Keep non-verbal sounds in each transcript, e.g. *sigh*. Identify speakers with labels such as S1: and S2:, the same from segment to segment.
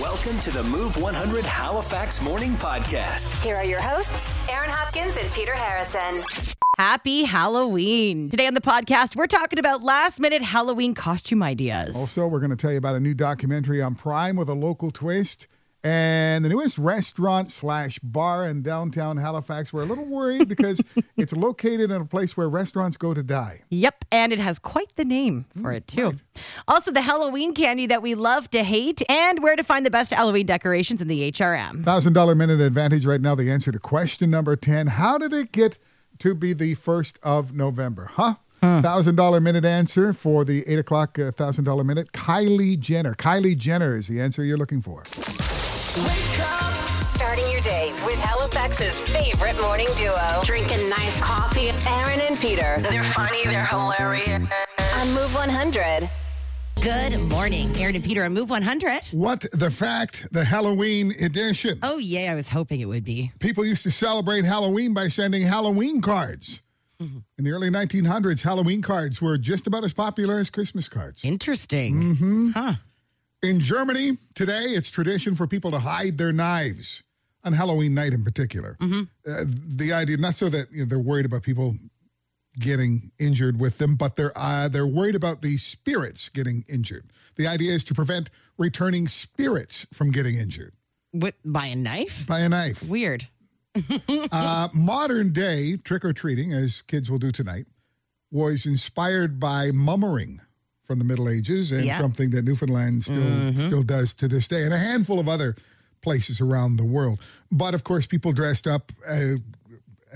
S1: Welcome to the Move 100 Halifax Morning Podcast.
S2: Here are your hosts, Aaron Hopkins and Peter Harrison.
S3: Happy Halloween. Today on the podcast, we're talking about last minute Halloween costume ideas.
S4: Also, we're going to tell you about a new documentary on Prime with a local twist and the newest restaurant slash bar in downtown Halifax. We're a little worried because it's located in a place where restaurants go to die.
S3: Yep, and it has quite the name for it,
S4: Mm,
S3: too. Also, the Halloween candy that we love to hate and where to find the best Halloween decorations in the HRM.
S4: $1,000 minute advantage right now. The answer to question number 10 How did it get to be the 1st of November? Huh? $1,000 minute answer for the 8 o'clock uh, $1,000 minute. Kylie Jenner. Kylie Jenner is the answer you're looking for.
S2: Starting your day with Halifax's favorite morning duo. Drinking nice coffee. Aaron and Peter. They're funny, they're hilarious. On Move 100.
S3: Good morning, Aaron and Peter on Move 100.
S4: What the fact? The Halloween edition.
S3: Oh, yeah, I was hoping it would be.
S4: people used to celebrate Halloween by sending Halloween cards. In the early 1900s, Halloween cards were just about as popular as Christmas cards.
S3: Interesting.
S4: Mm-hmm. In Germany today, it's tradition for people to hide their knives on Halloween night in particular. Uh, the idea, not so that you know, they're worried about people getting injured with them, but they're uh, they're worried about the spirits getting injured. The idea is to prevent returning spirits from getting injured
S3: What, by a knife?
S4: by a knife.
S3: Weird.
S4: Uh, modern day trick or treating, as kids will do tonight, was inspired by mummering from the Middle Ages and
S3: Yeah.
S4: something that Newfoundland still still does to this day, and a handful of other places around the world. But of course, people dressed up uh,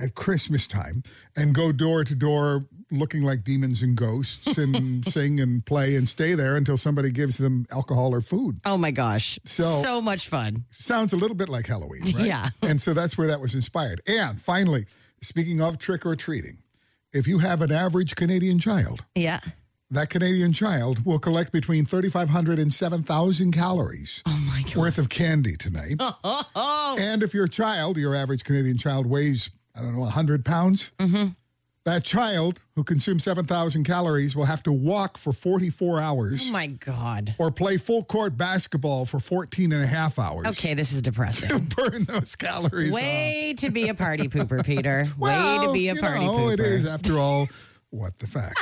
S4: at Christmas time and go door to door looking like demons and ghosts and sing and play and stay there until somebody gives them alcohol or food.
S3: Oh, my gosh.
S4: So-
S3: so much fun.
S4: Sounds a little bit like Halloween, right?
S3: Yeah. *laughs*
S4: And so that's where that was inspired. And finally, speaking of trick or treating, if you have an average Canadian child,
S3: Yeah.
S4: that Canadian child will collect between 3,500 and 7,000 calories
S3: Oh, my God. Oh.
S4: worth of candy
S3: *laughs*
S4: tonight. and if your child, your average Canadian child, weighs, I don't know, 100 pounds,
S3: Mm-hmm.
S4: that child who consumes 7,000 calories will have to walk for 44 hours
S3: Oh, my God.
S4: or play full court basketball for 14 and a half hours.
S3: Okay, this is
S4: *laughs*
S3: depressing.
S4: burn those calories. off.
S3: Way to be a party pooper,
S4: *laughs*
S3: Peter. Way to
S4: uh, Well,
S3: be a
S4: you
S3: party
S4: know,
S3: pooper.
S4: It is, after all, what the
S3: *laughs*
S4: fact.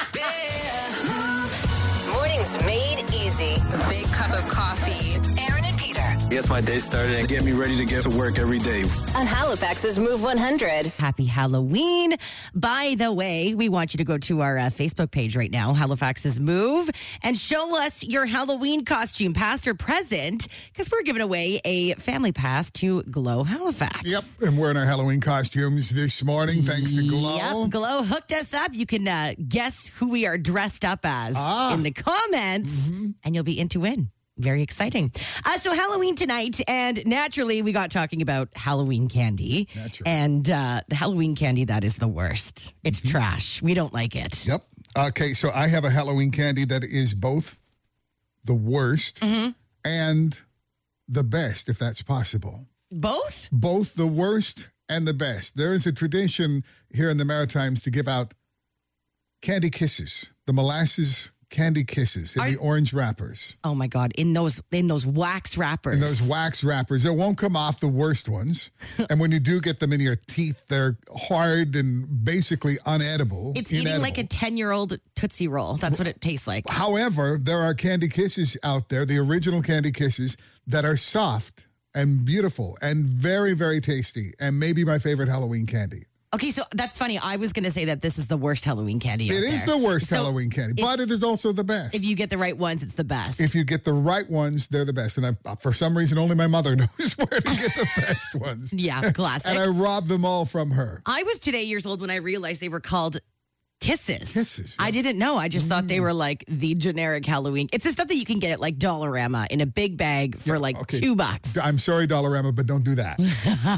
S2: Mornings made easy. The big cup of coffee. Aaron and Peter.
S1: Gets my day started and get me ready to get to work every day.
S2: On Halifax's Move 100.
S3: Happy Halloween. By the way, we want you to go to our uh, Facebook page right now, Halifax's Move, and show us your Halloween costume, past or present, because we're giving away a family pass to Glow Halifax.
S4: yep, and we're in our Halloween costumes this morning, thanks to Glow.
S3: Yep, Glow hooked us up. You can uh, guess who we are dressed up as
S4: Ah.
S3: in the comments,
S4: Mm-hmm.
S3: and you'll be in to win. Very exciting. Uh, so, Halloween tonight, and naturally, we got talking about Halloween candy.
S4: Naturally. Mm-hmm.
S3: And uh, the Halloween candy, that is the worst. It's trash. We don't like it.
S4: Yep. Okay, so I have a Halloween candy that is both the worst
S3: Mm-hmm.
S4: and the best, if that's possible.
S3: Both?
S4: Both the worst and the best. There is a tradition here in the Maritimes to give out candy kisses, the molasses candy kisses in the orange wrappers.
S3: Oh my God! In those in those wax wrappers.
S4: in those wax wrappers. It won't come off the
S3: *laughs*
S4: worst ones. and when you do get them in your teeth, they're hard and basically unedible.
S3: it's eating like a
S4: inedible.
S3: ten year old tootsie roll. That's what it tastes like.
S4: However, there are candy kisses out there, the original candy kisses that are soft and beautiful and very very tasty and maybe my favorite Halloween candy.
S3: Okay, so that's funny. I was going to say that this is the worst Halloween candy.
S4: It
S3: out
S4: is
S3: there.
S4: the worst
S3: So
S4: Halloween candy, but it is also the best.
S3: If you get the right ones, it's the best.
S4: if you get the right ones, they're the best. And I, for some reason, only my mother *laughs* knows where to get the
S3: *laughs*
S4: best ones.
S3: yeah, classic.
S4: *laughs* And I
S3: I,
S4: robbed them all from her.
S3: was today years old when I realized they were called kisses.
S4: Kisses, Mm.
S3: I didn't know. I just thought they were like the generic Halloween. It's the stuff that you can get at like Dollarama in a big bag for like
S4: okay.
S3: two bucks.
S4: I'm sorry, Dollarama, but don't do that.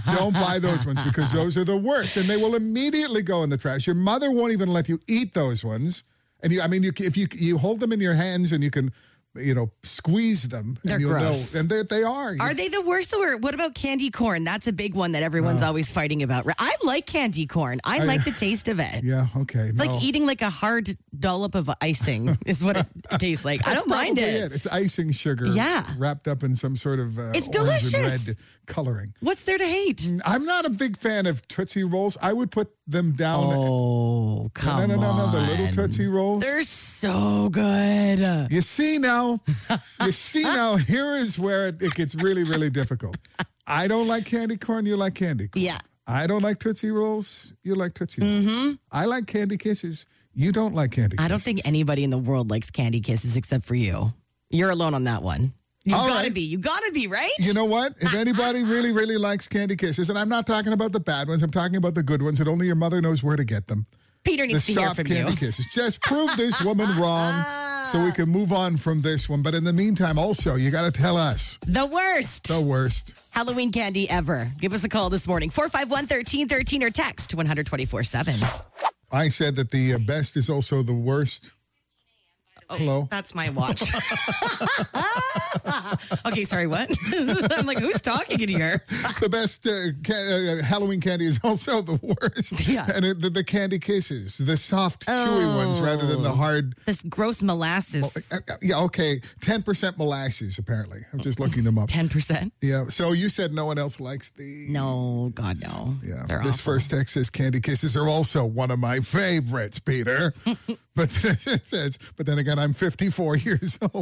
S3: *laughs*
S4: don't buy those ones because those are the worst, and they will immediately go in the trash. Your mother won't even let you eat those ones. And you, I mean, you, if you you hold them in your hands and you can, you know, squeeze them,
S3: They're
S4: and you'll
S3: gross.
S4: know, and they, they are.
S3: Are they the worst or what about candy corn? That's a big one that everyone's always
S4: *laughs*
S3: fighting about. I like candy corn. I like the taste of it.
S4: yeah, okay.
S3: It's
S4: no.
S3: like eating like a hard dollop of
S4: *laughs*
S3: icing is what it tastes like. I don't mind
S4: Probably
S3: it.
S4: It's icing sugar.
S3: Yeah.
S4: Wrapped up in some sort of uh,
S3: It's
S4: orange and
S3: delicious.
S4: red coloring.
S3: What's there to hate?
S4: I'm not a big fan of Tootsie Rolls. I would put them down.
S3: Oh,
S4: no,
S3: come
S4: no, no, no.
S3: on.
S4: The little Tootsie Rolls.
S3: They're so good.
S4: You see now, you see now, here is where it, it gets really, really difficult. I don't like candy corn, you like candy corn.
S3: Yeah.
S4: I don't like Tootsie Rolls, you like Tootsie Rolls. I like candy kisses, you don't like candy
S3: Mm-hmm. I don't think anybody in the world likes candy kisses except for you. You're alone on that one. You
S4: All
S3: gotta
S4: right.
S3: be. You gotta be, right?
S4: You know what? If anybody really, really likes candy kisses, and I'm not talking about the bad ones, I'm talking about the good ones that only your mother knows where to get them.
S3: Peter
S4: The
S3: needs to hear
S4: soft
S3: from
S4: candy
S3: you.
S4: kisses. Just prove this woman
S3: *laughs*
S4: wrong so we can move on from this one. But in the meantime, also, you got to tell us
S3: The worst.
S4: the worst.
S3: Halloween candy ever. Give us a call this morning, 451 1313 or text 124 7.
S4: I said that the uh, best is also the worst. Hello.
S3: That's my watch. *laughs* okay, sorry, what? *laughs* I'm like, who's talking in here?
S4: The best uh, ca- uh, Halloween candy is *laughs* also the worst.
S3: Yeah.
S4: And it, the, the candy kisses, the soft, chewy ones rather than the hard.
S3: This gross molasses,
S4: Uh, uh, yeah, okay. 10% molasses, apparently. I'm just looking them up.
S3: 10%.
S4: Yeah. So you said no one else likes the.
S3: No, God, no.
S4: Yeah.
S3: They're
S4: this
S3: awful.
S4: first text says candy kisses are also one of my
S3: *laughs*
S4: favorites, Peter. but *laughs* it says, but then again, I'm 54 years *laughs*
S3: *laughs*
S4: old.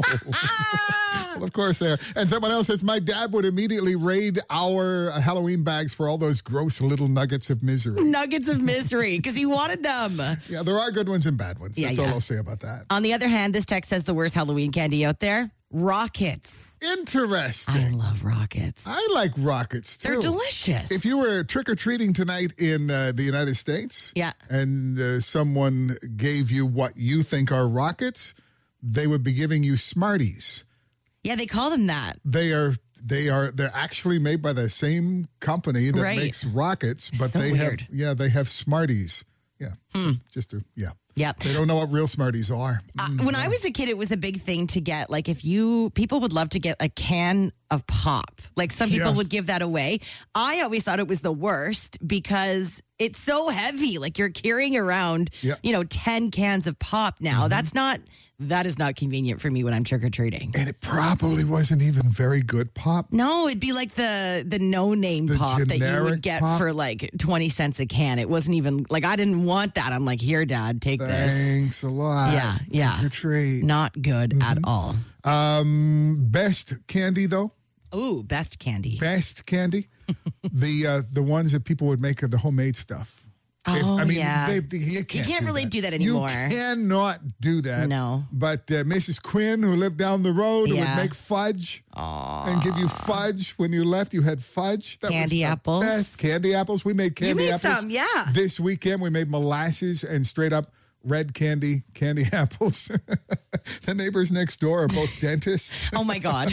S4: well, of course they are. And someone else says, my dad would immediately raid our Halloween bags for all those gross little nuggets
S3: *laughs*
S4: of misery.
S3: Nuggets of misery because he wanted them.
S4: Yeah, there are good ones and bad ones.
S3: Yeah,
S4: That's all
S3: yeah.
S4: I'll say about that.
S3: On the other hand, this text says the worst Halloween candy out there rockets.
S4: Interesting.
S3: I love rockets.
S4: I like rockets too.
S3: They're delicious.
S4: If you were trick or treating tonight in uh, the United States,
S3: Yeah.
S4: and uh, someone gave you what you think are rockets, they would be giving you Smarties.
S3: yeah, they call them that.
S4: They are they are they're actually made by the same company that
S3: Right.
S4: makes rockets, but
S3: So
S4: they
S3: weird. Hmm.
S4: have yeah they have Smarties. Yeah, just to, yeah.
S3: Yep.
S4: They don't know what real Smarties are. Mm.
S3: Uh, when I was a kid, it was a big thing to get. Like, if you people would love to get a can of pop. Like, some people
S4: Yeah.
S3: would give that away. I always thought it was the worst because it's so heavy. Like, you're carrying around,
S4: Yeah. Mm-hmm.
S3: you know, ten cans of pop. Now, that's not that is not convenient for me when I'm trick or treating.
S4: And it probably wasn't even very good pop.
S3: No, it'd be like the the no name
S4: The
S3: pop that you
S4: generic
S3: would get
S4: pop?
S3: for like twenty cents a can. It wasn't even like I didn't want that. I'm like, here, Dad, take this.
S4: Thanks a lot.
S3: Yeah, yeah.
S4: Trick or treat. Mm-hmm.
S3: Not good at all.
S4: Um, best candy though,
S3: Ooh, best candy. *laughs*
S4: best candy, the uh, the ones that people would make of the homemade stuff. If-
S3: Oh,
S4: I mean,
S3: yeah.
S4: they, they- you can't,
S3: can't
S4: do
S3: really
S4: that.
S3: do that anymore.
S4: You cannot do that.
S3: No.
S4: But uh, Mrs. Quinn, who lived down the road,
S3: Yeah.
S4: would make fudge and give you fudge. When you left, you had fudge. That
S3: Candy
S4: the
S3: apples.
S4: Best candy apples. We made candy
S3: made
S4: apples.
S3: some, yeah.
S4: This weekend, we made molasses and straight up red candy, candy *laughs* apples. the neighbors next door are both dentists.
S3: Oh my
S4: *laughs*
S3: god.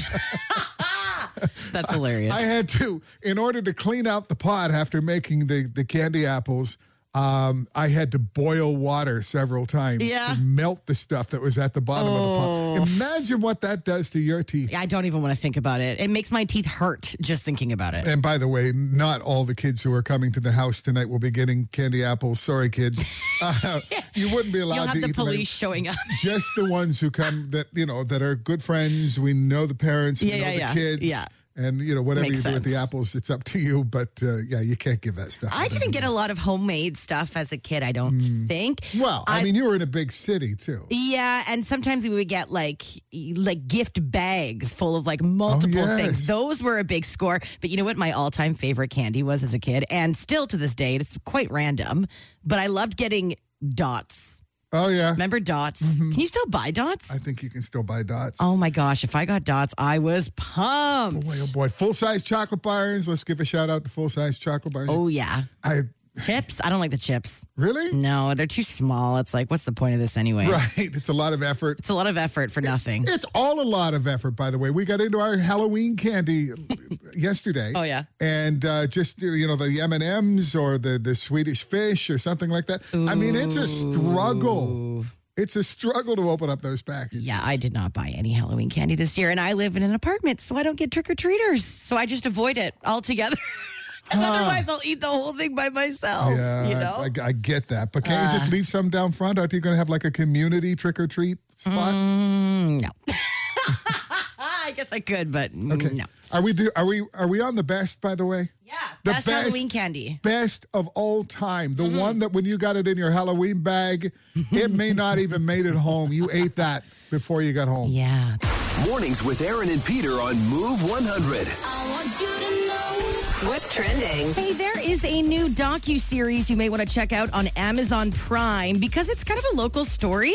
S3: That's hilarious.
S4: I had to, in order to clean out the pot after making the, the candy apples, um, I had to boil water several times
S3: Yeah. Oh.
S4: to melt the stuff that was at the bottom of the pot. Imagine what that does to your teeth.
S3: I don't even want to think about it. It makes my teeth hurt just thinking about it.
S4: And by the way, not all the kids who are coming to the house tonight will be getting candy apples. Sorry, kids. *laughs* Uh, you wouldn't be allowed
S3: You'll
S4: to
S3: have
S4: eat
S3: the
S4: them anyway.
S3: police showing up. *laughs*
S4: *laughs* just the ones who come that you know that are good friends. We know the parents,
S3: Yeah,
S4: we know
S3: yeah,
S4: the
S3: yeah.
S4: kids,
S3: Yeah.
S4: and you know whatever
S3: Makes
S4: you do with the
S3: sense.
S4: apples, it's up to you. But uh, yeah, you can't give that stuff.
S3: I didn't get a lot of homemade stuff as a kid, I don't think.
S4: Mm. Well, I, mean, you were in a big city too.
S3: Yeah, and sometimes we would get like like gift bags full of like multiple
S4: Oh, yes.
S3: things. Those were a big score. But you know what my all-time favorite candy was as a kid and still to this day it's quite random, but I loved getting dots.
S4: Oh yeah,
S3: Remember dots? Can you still buy dots?
S4: Mm-hmm. I think you can still buy dots.
S3: Oh my gosh, if I got dots, I was pumped.
S4: Boy, oh boy, full size chocolate bars. Let's give a shout out to full size chocolate bars.
S3: Oh yeah.
S4: I
S3: Chips? I don't like the chips.
S4: really
S3: No, they're too small. It's like what's the point of this anyway?
S4: *laughs* right. It's a lot of effort.
S3: It's a lot of effort for nothing.
S4: It's all a lot of effort, by the way. We got into our Halloween candy yesterday.
S3: *laughs* Oh, yeah.
S4: and uh, just you know the M and M's or the the Swedish fish or something like that. I mean, it's a struggle. It's a struggle to open up those packages.
S3: Yeah, I did not buy any Halloween candy this year, and I live in an apartment, so I don't get trick or treaters. So I just avoid it altogether. *laughs* 'Cause otherwise, I'll eat the whole thing by myself.
S4: Yeah,
S3: you
S4: I-
S3: know? Uh.
S4: I, I get that. But can't you just leave some down front? Aren't you going to have like a community trick or treat spot?
S3: Mm, no. *laughs* I guess I could, but mm,
S4: Okay.
S3: no.
S4: Are we do, are we are we on the best by the way?
S3: Yeah.
S4: The
S3: That's
S4: best-
S3: Halloween candy.
S4: Best of all time. The
S3: Mm-hmm.
S4: one that when you got it in your Halloween bag,
S3: *laughs*
S4: it may not even made it home. You ate that before you got home.
S3: Yeah.
S1: Mornings with Aaron and Peter on Move 100.
S2: What's trending?
S3: Hey, there is a new docu series you may want to check out on Amazon Prime because it's kind of a local story.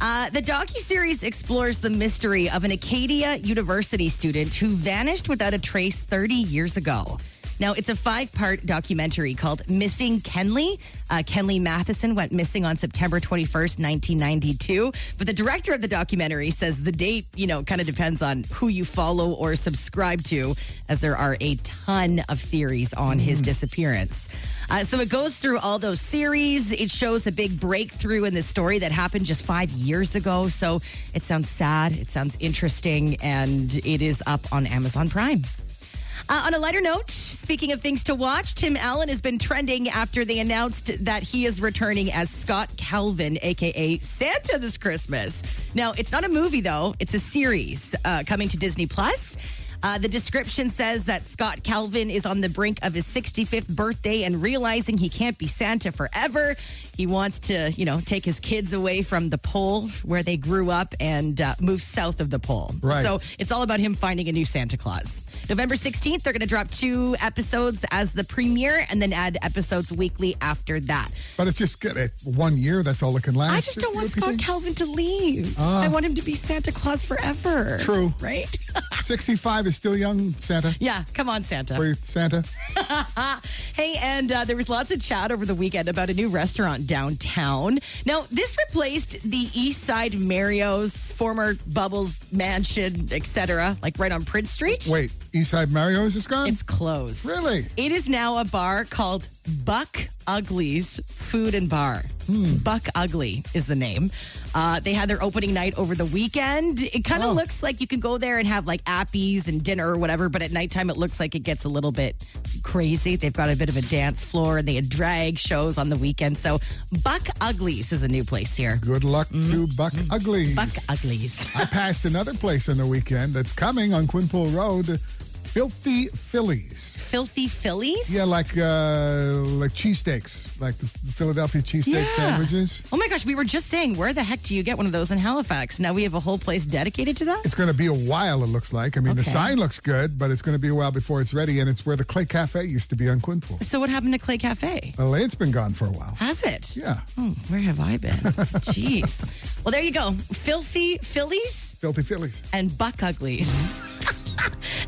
S3: Uh, the docu series explores the mystery of an Acadia University student who vanished without a trace 30 years ago. Now, it's a five part documentary called Missing Kenley. Uh, Kenley Matheson went missing on September 21st, 1992. But the director of the documentary says the date, you know, kind of depends on who you follow or subscribe to, as there are a ton of theories on his disappearance. Uh, so it goes through all those theories. It shows a big breakthrough in this story that happened just five years ago. So it sounds sad, it sounds interesting, and it is up on Amazon Prime. Uh, on a lighter note, speaking of things to watch, Tim Allen has been trending after they announced that he is returning as Scott Calvin, aka Santa, this Christmas. Now, it's not a movie though; it's a series uh, coming to Disney Plus. Uh, the description says that Scott Calvin is on the brink of his 65th birthday and realizing he can't be Santa forever. He wants to, you know, take his kids away from the pole where they grew up and uh, move south of the pole.
S4: Right.
S3: So it's all about him finding a new Santa Claus. November 16th, they're going to drop two episodes as the premiere and then add episodes weekly after that.
S4: But it's just good. At one year, that's all it can last.
S3: I just don't want
S4: You know,
S3: Scott
S4: you think?
S3: Calvin to leave. I want him to be Santa Claus forever.
S4: True.
S3: Right?
S4: *laughs* 65 is still young, Santa.
S3: yeah, come on, Santa.
S4: For you, Santa.
S3: Hey, and uh, there was lots of chat over the weekend about a new restaurant downtown. Now, this replaced the East Side Mario's former Bubbles Mansion, etc., like right on Prince Street.
S4: Wait, Eastside Mario's is gone?
S3: It's closed.
S4: Really?
S3: It is now a bar called Buck Ugly's Food and Bar.
S4: Hmm.
S3: Buck Ugly is the name. Uh, they had their opening night over the weekend. It kind of
S4: Oh.
S3: looks like you can go there and have like appies and dinner or whatever, but at nighttime it looks like it gets a little bit crazy. They've got a bit of a dance floor and they had drag shows on the weekend. So Buck Ugly's is a new place here.
S4: Good luck to Buck
S3: Mm-hmm.
S4: Uglies.
S3: Buck Ugly's.
S4: I passed another place on the weekend that's coming on Quinpool Road, Filthy Phillies.
S3: Filthy Phillies?
S4: Yeah, like uh, like cheesesteaks, like the Philadelphia cheesesteak
S3: Yeah.
S4: sandwiches.
S3: Oh my gosh, we were just saying, where the heck do you get one of those in Halifax? Now we have a whole place dedicated to that?
S4: It's going to be a while, it looks like. I mean, the
S3: Okay.
S4: sign looks good, but it's going to be a while before it's ready. And it's where the Clay Cafe used to be on Quinpool.
S3: So what happened to Clay Cafe?
S4: Well, it's been gone for a while.
S3: Has it?
S4: Yeah.
S3: Oh, where have I *laughs* been? Jeez. Well, there you go. Filthy Phillies
S4: Filthy Phillies.
S3: and Buck Uglies. *laughs*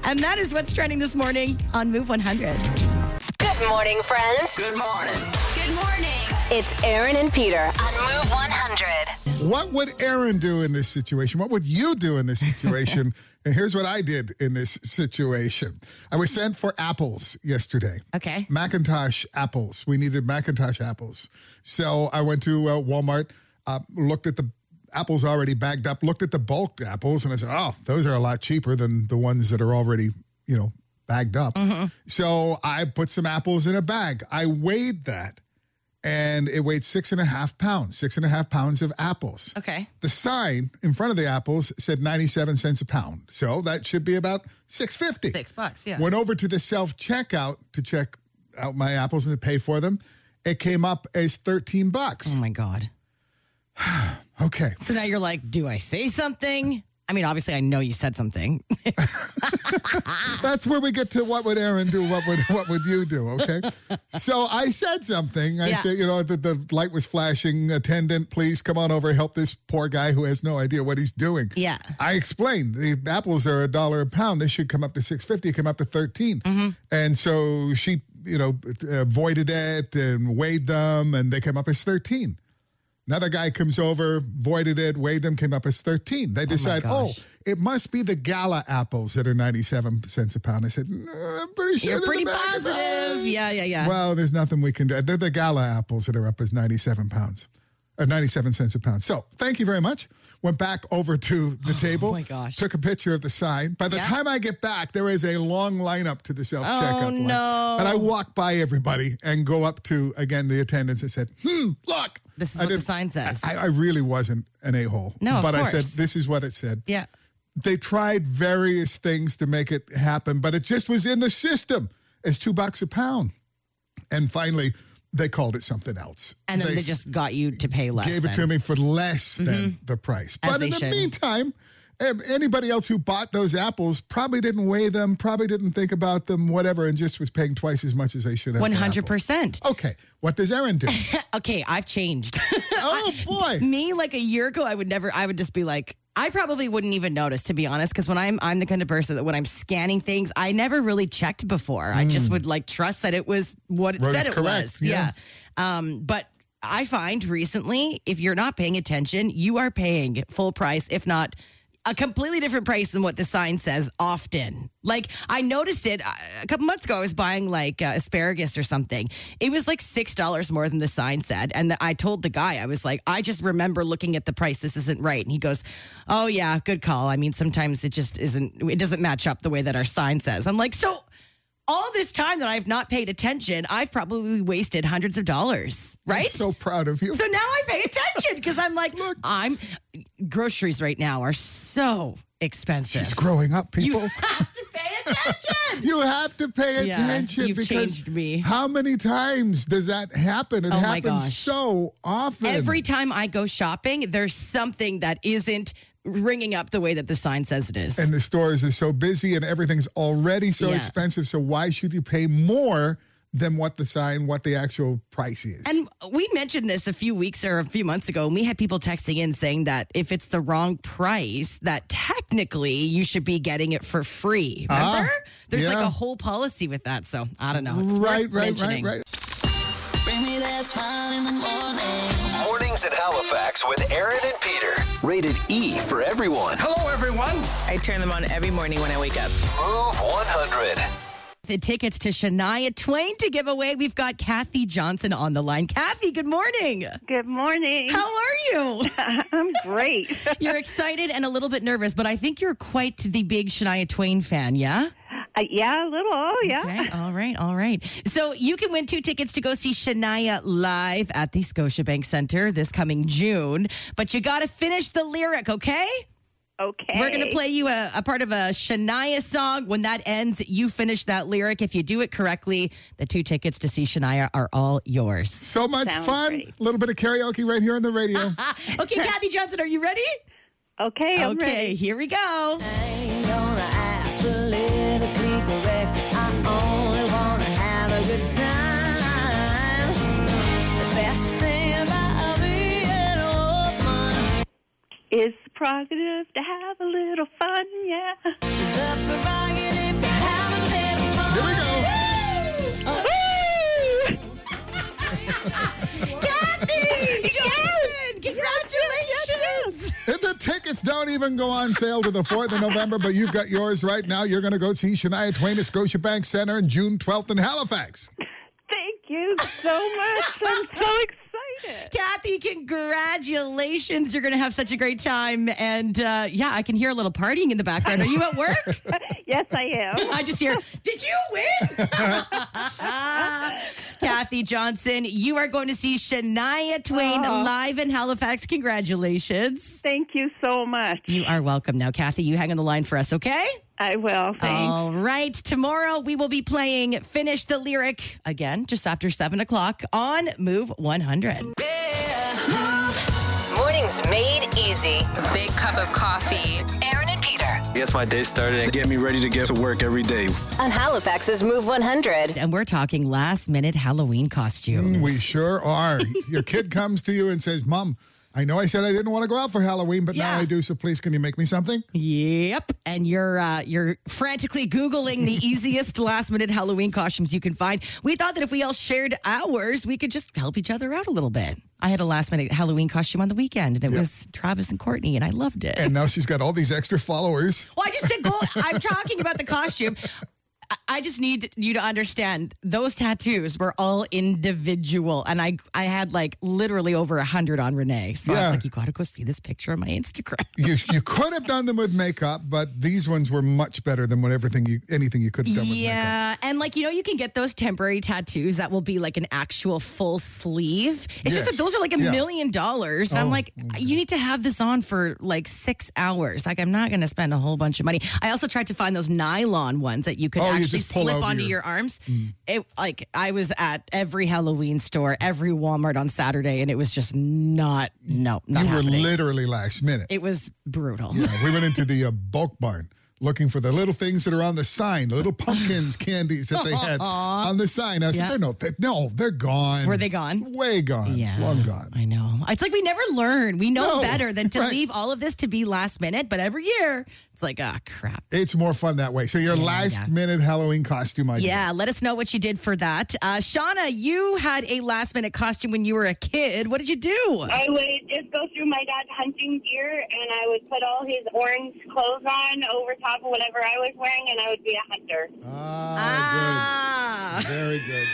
S3: and that is what's trending this morning on Move 100.
S2: Good morning, friends. Good morning. Good morning. It's Aaron and Peter on Move 100.
S4: What would Aaron do in this situation? What would you do in this situation? and here's what I did in this situation I was sent for apples yesterday.
S3: Okay.
S4: Macintosh apples. We needed Macintosh apples. So I went to uh, Walmart, uh, looked at the apples already bagged up, looked at the bulk apples, and I said, oh, those are a lot cheaper than the ones that are already, you know, bagged up. So I put some apples in a bag. I weighed that. And it weighed six and a half pounds, six and a half pounds of apples.
S3: Okay.
S4: The sign in front of the apples said 97 cents a pound. So that should be about 650.
S3: Six bucks, yeah.
S4: Went over to the self checkout to check out my apples and to pay for them. It came up as 13 bucks.
S3: Oh my God.
S4: Okay.
S3: So now you're like, do I say something? I mean, obviously, I know you said something. *laughs*
S4: That's where we get to what would Aaron do? What would what would you do? Okay. So I said something. I
S3: Yeah.
S4: said, you know, the, the light was flashing. Attendant, please come on over, help this poor guy who has no idea what he's doing.
S3: Yeah.
S4: I explained the apples are a dollar a pound. They should come up to six fifty. Come up to 13
S3: Mm-hmm.
S4: And so she, you know, avoided it and weighed them, and they came up as thirteen. Another guy comes over, voided it, weighed them, came up as 13. They decide, oh,
S3: gosh.
S4: it must be the gala apples that are 97 cents a pound. I said, "No, I'm pretty sure
S3: You're
S4: they're
S3: pretty
S4: the bag of
S3: positive.
S4: apples."
S3: Yeah, yeah, yeah.
S4: Well, there's nothing we can do. They're the gala apples that are up as 97 pounds. uh, 97 cents a pound. So thank you very much. Went back over to the table.
S3: Oh my gosh.
S4: Took a picture of the sign. By the
S3: Yeah.
S4: time I get back, there is a long lineup to the self checkout
S3: Oh,
S4: line.
S3: no.
S4: And I walk by everybody and go up to, again, the attendants and said, hmm, look.
S3: This is
S4: I
S3: what the
S4: didn't-
S3: sign says.
S4: I, I really wasn't an a hole.
S3: No, of
S4: But I
S3: course.
S4: said, this is what it said.
S3: yeah.
S4: They tried various things to make it happen, but it just was in the system as two bucks a pound. And finally, they called it something else.
S3: And then they, just got you to pay less.
S4: gave it to
S3: then.
S4: me for less than the price.
S3: As
S4: But
S3: they
S4: in the
S3: should.
S4: meantime, eh, anybody else who bought those apples probably didn't weigh them, probably didn't think about them, whatever, and just was paying twice as much as they should have. for apples.
S3: 100%.
S4: Okay, what does
S3: *laughs*
S4: Aaron do?
S3: Okay, I've changed. *laughs*
S4: oh boy.
S3: me like a year ago i would never i would just be like i probably wouldn't even notice to be honest because when i'm i'm the kind of person that when i'm scanning things i never really checked before i just would like trust that it was what it
S4: Right,
S3: said
S4: it's
S3: it
S4: correct,
S3: was
S4: yeah.
S3: yeah. um but i find recently if you're not paying attention you are paying full price if not a completely different price than what the sign says often. Like, I noticed it uh, a couple months ago. I was buying like uh, asparagus or something. It was like $6 more than the sign said. And the, I told the guy, I was like, I just remember looking at the price. This isn't right. And he goes, Oh, yeah, good call. I mean, sometimes it just isn't, it doesn't match up the way that our sign says. I'm like, So all this time that I've not paid attention, I've probably wasted hundreds of dollars, right?
S4: So proud of
S3: *laughs*
S4: you.
S3: So now I pay attention because I'm like, look, I'm groceries right now are so expensive.
S4: She's growing up, people.
S3: you *laughs* have to pay
S4: *laughs*
S3: attention.
S4: You have to pay
S3: Yeah,
S4: attention
S3: you've
S4: because
S3: changed me.
S4: how many times does that happen? It
S3: Oh, my
S4: happens
S3: gosh.
S4: so often.
S3: Every time I go shopping, there's something that isn't ringing up the way that the sign says it is.
S4: and the stores are so busy and everything's already so
S3: Yeah.
S4: expensive. So why should you pay more than what the sign, what the actual price is?
S3: And we mentioned this a few weeks or a few months ago, and we had people texting in saying that if it's the wrong price, that technically you should be getting it for free. Remember? There's like
S4: Ah, yeah.
S3: a whole policy with that. So I don't know. It's worth
S4: right, right, right,
S3: mentioning.
S4: right.
S1: Mornings at Halifax with Aaron and Peter. Rated E for everyone.
S5: Hello, everyone. I turn them on every morning when I wake up.
S1: Move 100.
S3: The tickets to Shania Twain to give away. We've got Kathy Johnson on the line. Kathy, good morning.
S6: Good morning.
S3: How are you?
S6: I'm
S3: *laughs*
S6: great.
S3: You're excited and a little bit nervous, but I think you're quite the big Shania Twain fan, yeah?
S6: Uh, yeah, a little. Yeah.
S3: *laughs* Okay, all right, all right. So you can win two tickets to go see Shania live at the Scotiabank Center this coming June, but you got to finish the lyric, okay?
S6: Okay.
S3: We're going to play you a, a part of a Shania song. When that ends, you finish that lyric. If you do it correctly, the two tickets to see Shania are all yours.
S4: So much
S6: Sounds
S4: fun. A
S6: great.
S4: little bit of karaoke right here on the radio.
S3: *laughs* Ah, *laughs* okay, Kathy Johnson, are you ready?
S6: Okay. I'm
S3: okay,
S6: ready.
S3: here we *laughs* go.
S6: It's the prerogative to have a little fun. Yeah.
S4: Here we go.
S3: Kathy Johnson, congratulations.
S4: And the tickets don't even go on sale to the 4th of November, but you've got yours right now. You're going to go see Shania Twain at Scotiabank Center on June 12th in Halifax.
S6: Thank you so much.
S3: *laughs*
S6: I'm so excited.
S3: Kathy, congratulations. You're going to have such a great time. And uh, yeah, I can hear a little partying in the background. Are you at work?
S6: *laughs* Yes, I
S3: *laughs*
S6: am.
S3: I just hear, did you win? *laughs* Kathy Johnson, you are going to see Shania Twain live in Halifax. Congratulations.
S6: Thank you so much.
S3: You are welcome now, Kathy. You hang on the line for us, okay?
S6: I will. Thanks.
S3: All right. Tomorrow we will be playing Finish the Lyric again, just after 7 o'clock on Move 100.
S2: Mornings made easy. A big cup of coffee. Aaron and Peter
S7: I guess my day started and get me ready to get to work every day.
S2: on Halifax's Move 100.
S3: And we're talking last minute Halloween costume.
S4: We sure are.
S3: *laughs*
S4: Your kid comes to you and says, Mom, I know I said I didn't want to go out for Halloween, but now
S3: Yeah.
S4: I do. So please, can you make me something?
S3: Yep. And you're uh, you're frantically googling the easiest last minute Halloween costumes you can find. We thought that if we all shared ours, we could just help each other out a little bit. I had a last minute Halloween costume on the weekend and it was Travis and Courtney and I loved it.
S4: And now she's got all these extra followers.
S3: Well, I just said go I'm talking about the costume. I- I just need you to understand those tattoos were all individual, and I I had like literally over a hundred on Renee. So I
S4: Yeah.
S3: was like, you gotta go see this picture on my Instagram.
S4: You, you could have done them with makeup, but these ones were much better than what everything you anything you could have done with makeup.
S3: Yeah, and like you know, you can get those temporary tattoos that will be like an actual full sleeve. It's just
S4: Yes.
S3: that those are like a
S4: Yeah. Oh, mm-hmm.
S3: million dollars. And I'm like, you need to have this on for like six hours. Like, I'm not going to spend a whole bunch of money. I also tried to find those nylon ones that you could
S4: Oh, you
S3: actually
S4: just pull
S3: slip
S4: out
S3: onto your,
S4: your- Mm.
S3: arms. It like I was at every Halloween store, every Walmart on Saturday, and it was just not no not
S4: You were
S3: happening.
S4: literally last minute.
S3: it was brutal.
S4: Uh, we went into the uh, bulk barn looking for the little things that are on the sign, the little
S3: *laughs*
S4: pumpkins, candies that they had on the sign. I said,
S3: Yeah.
S4: "They're no, they're, no, they're gone.
S3: Were they gone?
S4: Way gone.
S3: Yeah.
S4: long gone."
S3: I know. It's like we never learn. We know
S4: No,
S3: better than to
S4: right.
S3: leave all of this to be last minute, but every year it's like, ah, crap.
S4: It's more fun that way. So your last minute Halloween costume idea.
S3: Yeah, let us know what you did for that. Uh, Shauna, you had a last minute costume when you were a kid. What did you do?
S6: I would just go through my dad's hunting gear and I would put all his orange clothes on over top of whatever I was wearing and I would be a hunter.
S4: Ah, good. Very good.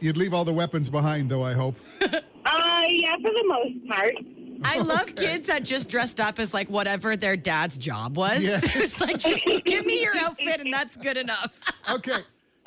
S4: You'd leave all the weapons behind, though. I hope.
S6: Uh, yeah, for the most part.
S3: *laughs* I love kids that just dressed up as like whatever their dad's job was.
S4: Yeah.
S3: *laughs* it's like, just give me your outfit and that's good enough. *laughs*
S4: Okay.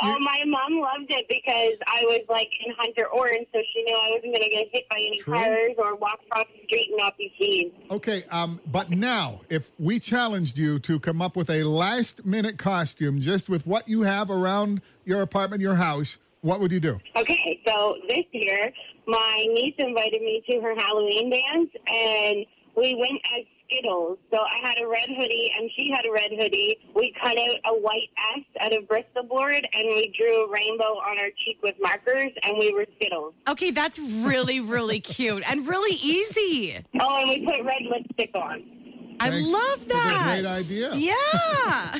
S6: Oh, my mom loved it because I was like in hunter orange, so she knew I wasn't going to get hit by any
S4: True.
S6: cars or walk across the street and not be seen.
S4: Okay, um, but now, if we challenged you to come up with a last minute costume just with what you have around your apartment, your house, what would you do?
S6: Okay, so this year, my niece invited me to her Halloween dance, and we went as Skittles. So I had a red hoodie, and she had a red hoodie. We cut out a white S out of Bristol board, and we drew a rainbow on our cheek with markers, and we were Skittles.
S3: Okay, that's really, really cute and really easy.
S6: Oh, and we put red lipstick on.
S3: I
S4: Thanks
S3: love
S4: for the
S3: that.
S4: great idea. *laughs*
S3: Yeah.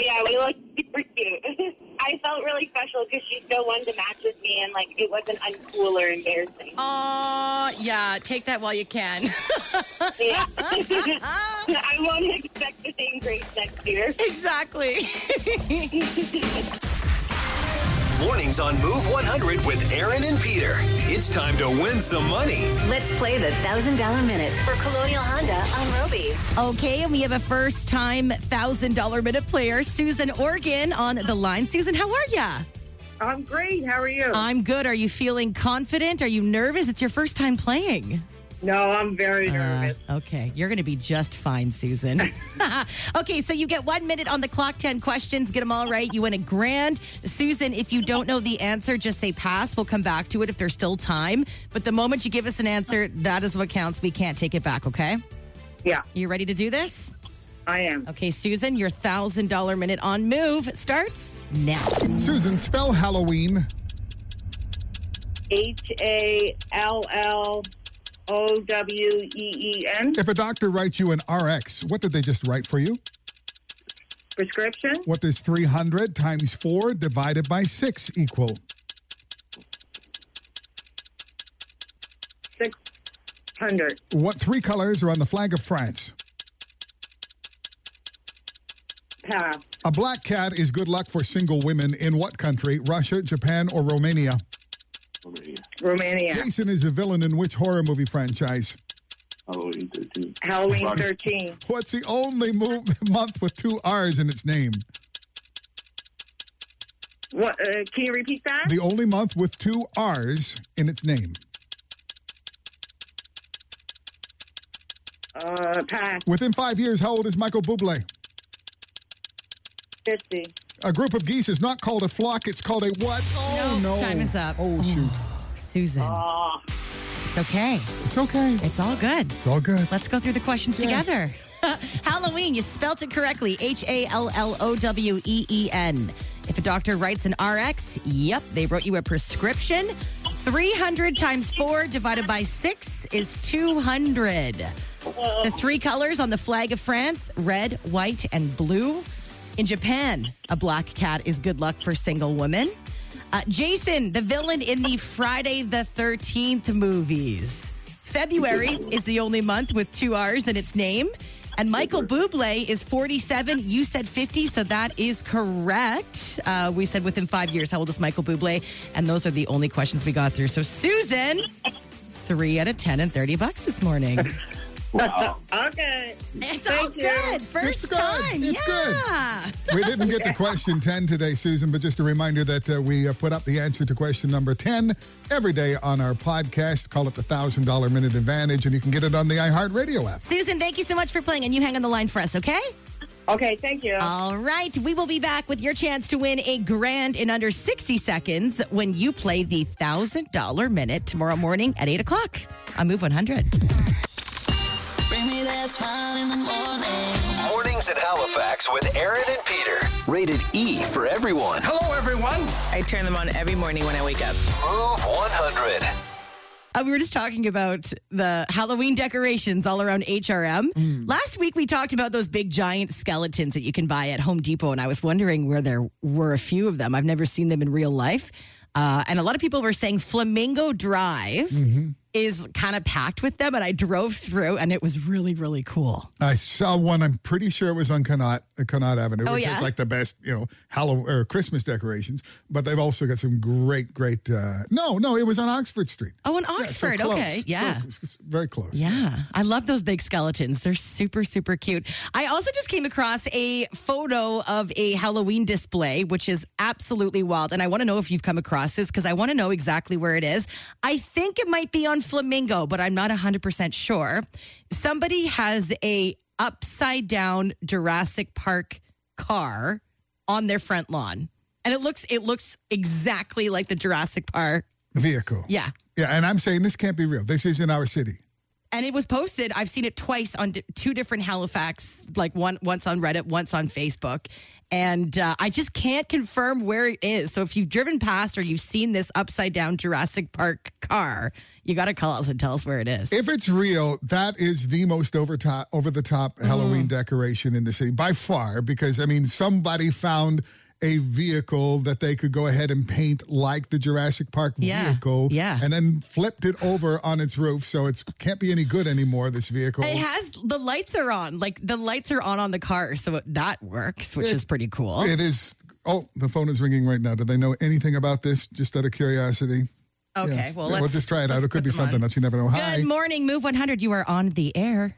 S6: Yeah, we looked super cute. *laughs* I felt really special because she still wanted to match with me, and like it wasn't uncool or embarrassing. *laughs*
S3: Oh, yeah. Take that while you can. *laughs*
S6: Yeah. I won't expect the same grades next year.
S3: exactly.
S1: Mornings on Move 100 with Aaron and Peter. It's time to win some money.
S2: Let's play the $1,000 minute for Colonial Honda on Roby.
S3: Okay, and we have a first time $1,000 minute player, Susan Organ, on the line. Susan, how are ya?
S8: I'm great. How are you?
S3: I'm good. Are you feeling confident? Are you nervous? It's your first time playing.
S8: no, I'm very nervous.
S3: Uh, okay, you're going to be just fine, Susan. *laughs* okay, so you get one minute on the clock, 10 questions, get them all right. You win a grand. Susan, if you don't know the answer, just say pass. We'll come back to it if there's still time. But the moment you give us an answer, that is what counts. We can't take it back, okay?
S8: Yeah,
S3: You ready to do this?
S8: I am.
S3: Okay, Susan, your $1,000 minute on move starts now.
S4: Susan, spell Halloween.
S8: H A L L O W E E N
S4: If a doctor writes you an RX, what did they just write for you?
S8: prescription
S4: What does 300 times 4 divided by 6 equal?
S8: six hundred
S4: What three colors are on the flag of France?
S8: pass
S4: A black cat is good luck for single women in what country? Russia, Japan, or Romania?
S8: Romania
S4: Jason is a villain in which horror movie franchise?
S9: Halloween 13.
S8: Halloween
S9: Right.
S8: thirteen
S4: What's the only mo- *laughs* month with two R's in its name?
S8: what uh, can you repeat that
S4: The only month with two R's in its name.
S8: uh, pass
S4: Within five years, how old is Michael Bublé?
S8: fifty
S4: A group of geese is not called a flock; it's called a what? Oh
S3: No,
S4: no!
S3: time is up.
S4: Oh shoot!
S3: Susan,
S8: oh
S3: it's okay.
S4: It's okay.
S3: It's all good.
S4: It's all good.
S3: Let's go through the questions
S4: Yes.
S3: together. *laughs* Halloween, you spelt it correctly H A L L O W E E N. If a doctor writes an RX, yep, they wrote you a prescription. 300 times 4 divided by 6 is 200. The three colors on the flag of France red, white, and blue. In Japan, a black cat is good luck for single women. Uh, Jason, the villain in the Friday the 13th movies. February is the only month with two R's in its name. And Michael Bublé is 47. You said 50, so that is correct. Uh, we said within five years, how old is Michael Bublé? And those are the only questions we got through. So, Susan, three out of 10 and 30 bucks this morning.
S9: Wow.
S8: Okay.
S3: It's all
S8: Thank you.
S3: good. First
S4: It's good.
S3: time.
S4: It's good.
S3: *laughs* yeah.
S4: We didn't get to question 10 today, Susan, but just a reminder that uh, we uh, put up the answer to question number 10 every day on our podcast. Call it the $1,000 Minute Advantage, and you can get it on the iHeartRadio app.
S3: Susan, thank you so much for playing, and you hang on the line for us, okay?
S8: Okay, thank you.
S3: All right, we will be back with your chance to win a grand in under 60 seconds when you play the $1,000 minute tomorrow morning at 8 o'clock on Move 100.
S1: Mornings at Halifax with Aaron and Peter. Rated E for everyone.
S5: Hello, everyone. I turn them on every morning when I wake up.
S1: Move 100.
S3: Uh, we were just talking about the Halloween decorations all around HRM. Last week, we talked about those big giant skeletons that you can buy at Home Depot, and I was wondering where there were a few of them. I've never seen them in real life. Uh, and a lot of people were saying Flamingo Drive is kind of packed with them, and I drove through, and it was really, really cool.
S4: I saw one, I'm pretty sure it was on Connaught, uh, Connaught Avenue,
S3: Oh,
S4: which
S3: yeah?
S4: is like the best, you know, Halloween or Christmas decorations, but they've also got some great, great. Uh, no, no, it was on Oxford Street.
S3: Oh, in
S4: Yeah, so
S3: Oxford.
S4: close.
S3: okay.
S4: So-
S3: Yeah.
S4: it's- it's very close.
S3: Yeah, I love those big skeletons. They're super, super cute. I also just came across a photo of a Halloween display, which is absolutely wild. And I want to know if you've come across this because I want to know exactly where it is. I think it might be on Flamingo, but I'm not 100% sure. Somebody has a upside down Jurassic Park car on their front lawn. And it looks it looks exactly like the Jurassic Park.
S4: Vehicle.
S3: Yeah.
S4: Yeah. And I'm saying this can't be real. This is in our city.
S3: and it was posted. I've seen it twice on d- two different Halifax, like one once on Reddit, once on Facebook, and uh, I just can't confirm where it is. So if you've driven past or you've seen this upside down Jurassic Park car, you got to call us and tell us where it is.
S4: If it's real, that is the most over top, over the top
S3: Mm.
S4: Halloween decoration in the city by far. Because I mean, somebody found a vehicle that they could go ahead and paint like the Jurassic Park
S3: Yeah,
S4: vehicle,
S3: yeah.
S4: and then flipped it over on its roof, so it can't be any good anymore. This vehicle,
S3: it has the lights are on, like the lights are on on the car, so it, that works, which is pretty cool.
S4: it is. Oh, the phone is ringing right now. Do they know anything about this? Just out of curiosity.
S3: okay,
S4: Yeah.
S3: well,
S4: Yeah,
S3: let's,
S4: we'll just try it out.
S3: let's
S4: It could
S3: put
S4: be
S3: them on.
S4: something else. You never know. Hi.
S3: Good morning, Move One Hundred. You are on the air.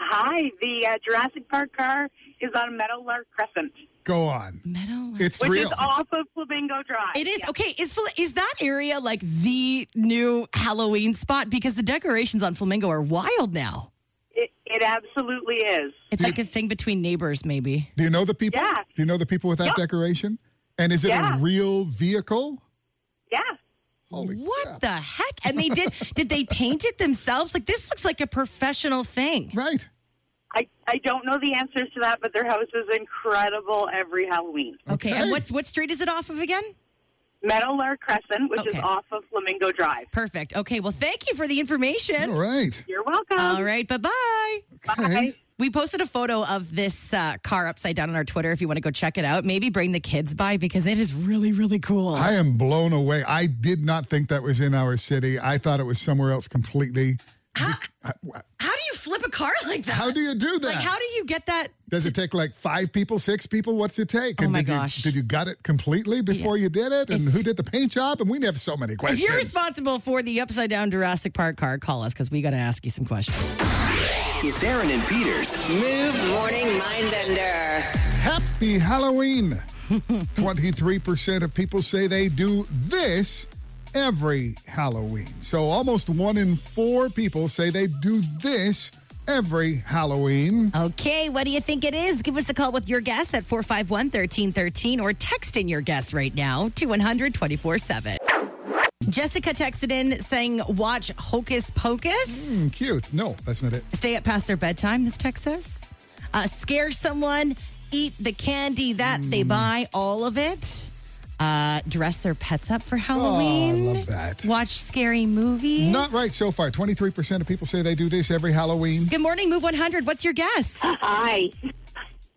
S6: Hi, the uh, Jurassic Park car is on Meadowlark Crescent,
S4: Go on.
S3: Meadow.
S4: It's
S6: which
S4: real.
S6: is off of Flamingo Drive.
S3: It is okay. Is Fla- is that area like the new Halloween spot? Because the decorations on Flamingo are wild now.
S6: It, it absolutely is.
S3: It's like a thing between neighbors, maybe.
S4: Do you know the people?
S6: Yeah.
S4: Do you know the people with that
S6: Yep.
S4: decoration? And is it
S6: Yeah.
S4: a real vehicle?
S6: Yeah.
S4: Holy
S3: what
S4: crap.
S3: the heck? And they did *laughs* did they paint it themselves? Like this looks like a professional thing.
S4: Right.
S6: I, I don't know the answers to that, but their house is incredible every Halloween.
S3: Okay.
S4: Okay.
S3: And what's what street is it off of again?
S6: Meadowlark Crescent, which
S3: Okay.
S6: is off of Flamingo Drive.
S3: Perfect. Okay. Well, thank you for the information.
S4: All right.
S6: You're welcome.
S3: All right. Bye bye.
S4: Okay.
S3: We posted a photo of this uh, car upside down on our Twitter. If you want to go check it out, maybe bring the kids by because it is really really cool.
S4: I am blown away. I did not think that was in our city. I thought it was somewhere else completely. How,
S3: how do you flip a car like that?
S4: how do you do that?
S3: Like, how do you get that?
S4: Does it take like five people, six people? What's it take?
S3: Oh my
S4: did
S3: gosh.
S4: You, did you gut it completely before you did it? And who did the paint job? And we have so many
S3: If
S4: questions.
S3: you're responsible for the upside down Jurassic Park car, call us because we got to ask you some questions.
S1: It's Aaron and Peter's.
S2: Move Morning Mindbender.
S4: Happy Halloween. 23% of people say they do this every Halloween. So almost one in four people say they do this every Halloween.
S3: Uh. Okay, what do you think it is? Give us a call with your guess at 451 1313 or text in your guess right now to 100 24 7. Jessica texted in saying, Watch Hocus Pocus.
S4: Hmm, Cute. No, that's not it.
S3: Stay up past their bedtime, this text says. Uh, scare someone, eat the candy that they buy, all of it. Uh, dress their pets up for Halloween.
S4: love that.
S3: Watch scary movies.
S4: Not right so far. 23% of people say they do this every Halloween.
S3: Good morning, Move 100. What's your *gasps* guess?
S6: Hi.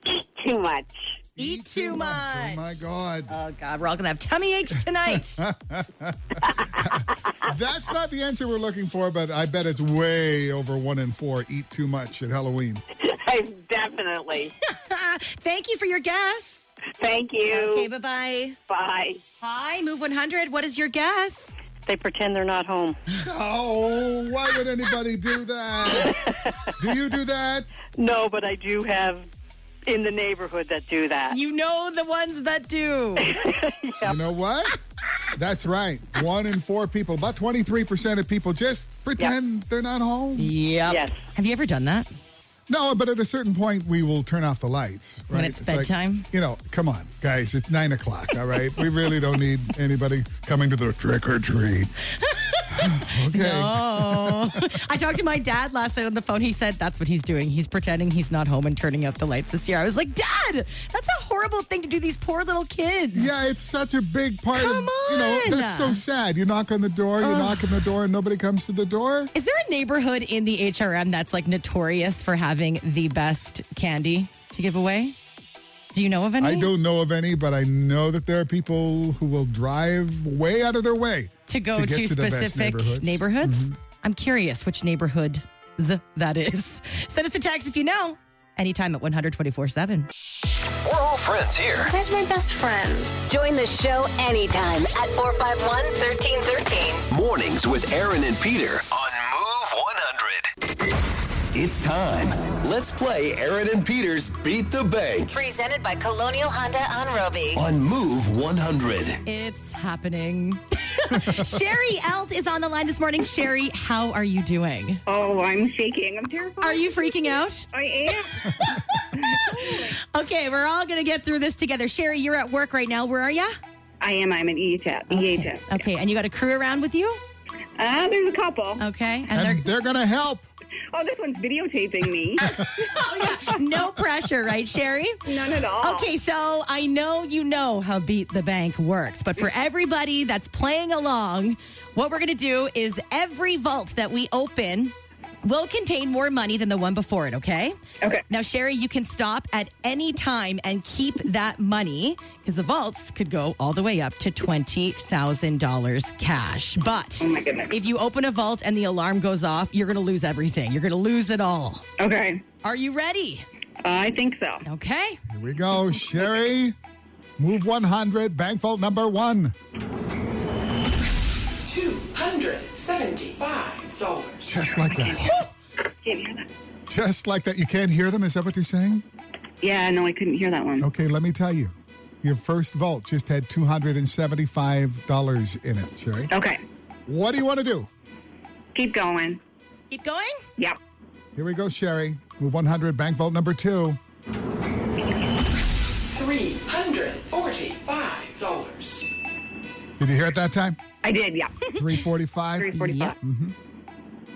S6: Eat too
S10: *laughs*
S6: much.
S3: Eat too
S4: Oh
S3: much.
S4: my God.
S3: Oh, God, we're all going to have tummy aches *laughs* tonight.
S4: That's not the answer we're looking for, but I bet it's way over one in four eat too much at Halloween.
S8: Definitely.
S3: Thank you for your guess.
S8: Thank you.
S3: Okay, bye bye.
S8: Bye.
S3: Hi, Move 100. What is your guess?
S10: They pretend they're not home.
S4: Oh, why would anybody do that? do you do that?
S10: No, but I do have in the neighborhood that do that.
S3: You know the ones that do.
S4: You know what? That's right. One in four people, about 23% of people just pretend they're not home.
S3: yep.
S10: Yes.
S3: *laughs* Have you ever done that?
S4: No, but at a certain point, we will turn off the lights. Right?
S3: When it's bedtime?
S4: you know, come on, guys. It's nine o'clock. All right, we really don't need anybody coming to the trick
S3: *laughs*
S4: or treat. okay.
S3: Oh. *laughs* I talked to my dad last night on the phone. He said that's what he's doing. He's pretending he's not home and turning out the lights this year. I was like, Dad, that's a horrible thing to do these poor little kids.
S4: Yeah, it's such a big part of
S3: Come
S4: you know.
S3: on.
S4: That's so sad. You knock on the door, you knock on the door, and nobody comes to the door.
S3: Is there a neighborhood in the HRM that's like notorious for having the best candy to give away? Do you know of any?
S4: I don't know of any, but I know that there are people who will drive way out of their way
S3: To go
S4: to
S3: to,
S4: get to the best
S3: specific
S4: neighborhoods. Mm-hmm.
S3: neighborhoods? I'm curious which neighborhood that is. *laughs* Send us a text if you know. Anytime at 124 7.
S1: We're all friends here.
S2: Where's my best friend? Join the show anytime at 451 1313.
S1: Mornings with Aaron and Peter on Move 100. It's time. Let's play Aaron and Peter's Beat the Bank
S2: Presented by Colonial Honda on Roby.
S1: on Move 100.
S3: It's happening. *laughs* Sherry Elt is on the line this morning. Sherry, how are you doing?
S8: Oh, I'm shaking. I'm terrified.
S3: Are you freaking out?
S8: I am.
S3: Okay, we're all going to get through this together. Sherry, you're at work right now. Where are you?
S8: I am. I'm an E EHF.
S3: Okay.
S8: EHF.
S3: Okay, and you got a crew around with you?
S8: Uh, there's a couple.
S3: Okay. And
S4: and
S3: they're
S4: they're gonna help.
S8: Oh, this one's videotaping
S3: *laughs*
S8: me.
S3: oh, yeah, no pressure, right, Sherry?
S8: None at all.
S3: Okay, so I know you know how Beat the Bank works, but for everybody that's playing along, what we're going to do is every vault that we open will contain more money than the one before it, okay?
S8: Okay.
S3: Now, Sherry, you can stop at any time and keep that money because the vaults could go all the way up to $20,000 cash. But
S8: Oh, my goodness.
S3: if you open a vault and the alarm goes off, you're going to lose everything. You're going to lose it all.
S8: Okay.
S3: Are you ready?
S8: I think so.
S3: Okay.
S4: Here we go, Sherry. Move 100, bank vault number one.
S11: $275.
S4: Just like that. Just like that. You can't hear them? Is that what you're saying?
S8: Yeah, no, I couldn't hear that one.
S4: Okay, let me tell you. Your first vault just had $275 in it, Sherry.
S8: Okay.
S4: What do you want to do?
S8: Keep going.
S3: Keep going.
S8: Yep.
S4: Here we go, Sherry. Move 100, bank vault number two.
S11: $345.
S4: Did you hear it that time?
S8: I did. Yeah.
S4: 345.
S8: 345.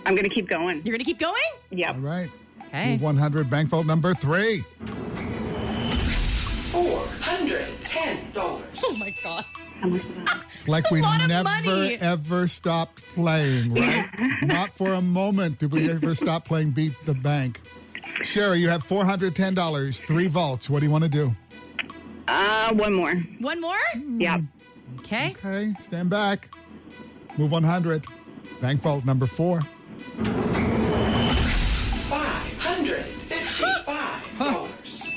S8: I'm going to keep going.
S3: You're going to keep going?
S8: Yep.
S4: Mm-hmm. All right.
S3: Okay.
S4: Move 100, bank vault number three.
S11: $410.
S3: Oh my God.
S4: It's like
S3: That's a
S4: we
S3: lot of
S4: never
S3: money.
S4: ever stopped playing, right? Not for a moment did we ever stop playing Beat the Bank. Sherry, you have $410, three vaults. What do you want to do?
S8: Uh, one more.
S3: One more?
S4: Mm.
S8: Yep.
S3: Okay.
S4: Okay, stand back. Move 100. Bank vault number four.
S11: $555.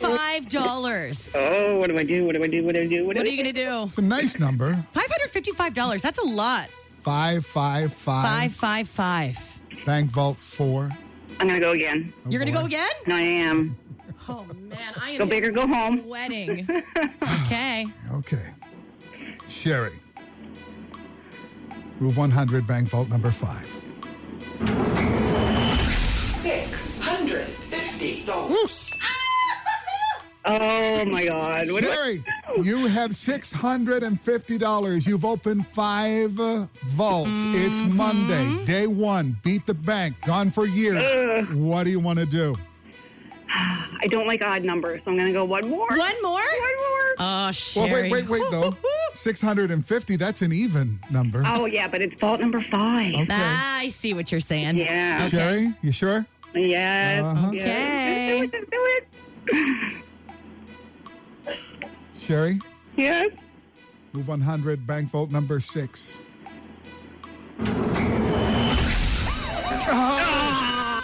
S3: $555.
S8: Oh, what do I do? What do I do? What do I do? What
S3: What
S8: do I
S3: are
S8: do?
S3: you going to do?
S4: It's a nice number.
S3: $555. That's a lot.
S4: 555.
S3: 555.
S4: Bank vault four.
S8: I'm going to go
S4: Oh,
S8: again.
S3: You're going to
S4: boy.
S3: go again?
S8: I am.
S3: Oh, man. I am
S8: Go big or go home.
S3: *laughs* sweating. Okay.
S4: Okay. Sherry. Move 100. Bank vault number five.
S11: $650.
S8: Oh, my God. What do I-
S4: Sherry, you have six hundred and fifty dollars. You've opened five uh, vaults. It's Monday, day one. Beat the bank. Gone for years. What do you want to do?
S8: I don't like odd numbers, so I'm going to go one more.
S3: One more?
S8: One more.
S3: Oh,
S4: Well,
S3: Sherry.
S4: wait, wait,
S3: *laughs*
S4: wait. Though six hundred and fifty—that's an even number.
S8: Oh, yeah, but it's fault number five.
S4: Okay.
S3: Ah, I see what you're saying.
S8: Yeah.
S4: Sherry, you sure?
S8: Yes.
S4: Uh-huh.
S3: Okay.
S8: Yes. Do it, do it.
S4: Sherry,
S8: Yes.
S4: move one hundred. Bank vault number six. Oh,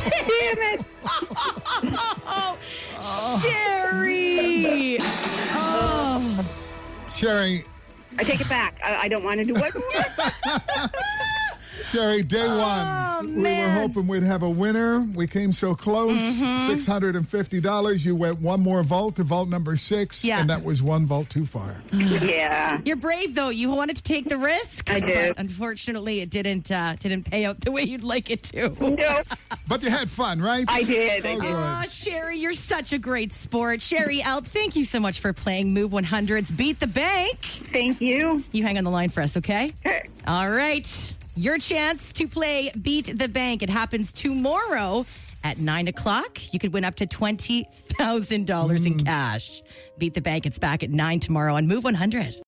S3: *laughs* Damn it! Oh,
S4: *laughs*
S3: Sherry! Oh.
S4: Sherry,
S8: I take it back. I, I don't want to do what?
S4: Sherry, day
S8: Oh,
S4: one. we were hoping we'd have a winner. We came so close.
S8: Mm-hmm.
S4: $650. You went one more vault to vault number six,
S3: Yeah.
S4: and that was one vault too far.
S8: yeah.
S3: You're brave though. You wanted to take the risk.
S8: I did.
S3: But unfortunately, it didn't uh, didn't pay out the way you'd like it to.
S8: No,
S4: But you had fun, right?
S8: I did. I
S4: Oh,
S8: did.
S4: good.
S3: Aw, Sherry, you're such a great sport. Sherry Alp, thank you so much for playing Move 100's Beat the Bank.
S8: Thank you.
S3: You hang on the line for us, okay?
S8: Okay.
S3: All right. Your chance to play Beat the Bank. It happens tomorrow at 9 o'clock. You could win up to
S8: Mm.
S3: $20,000 in cash. Beat the Bank. It's back at 9 tomorrow on Move 100.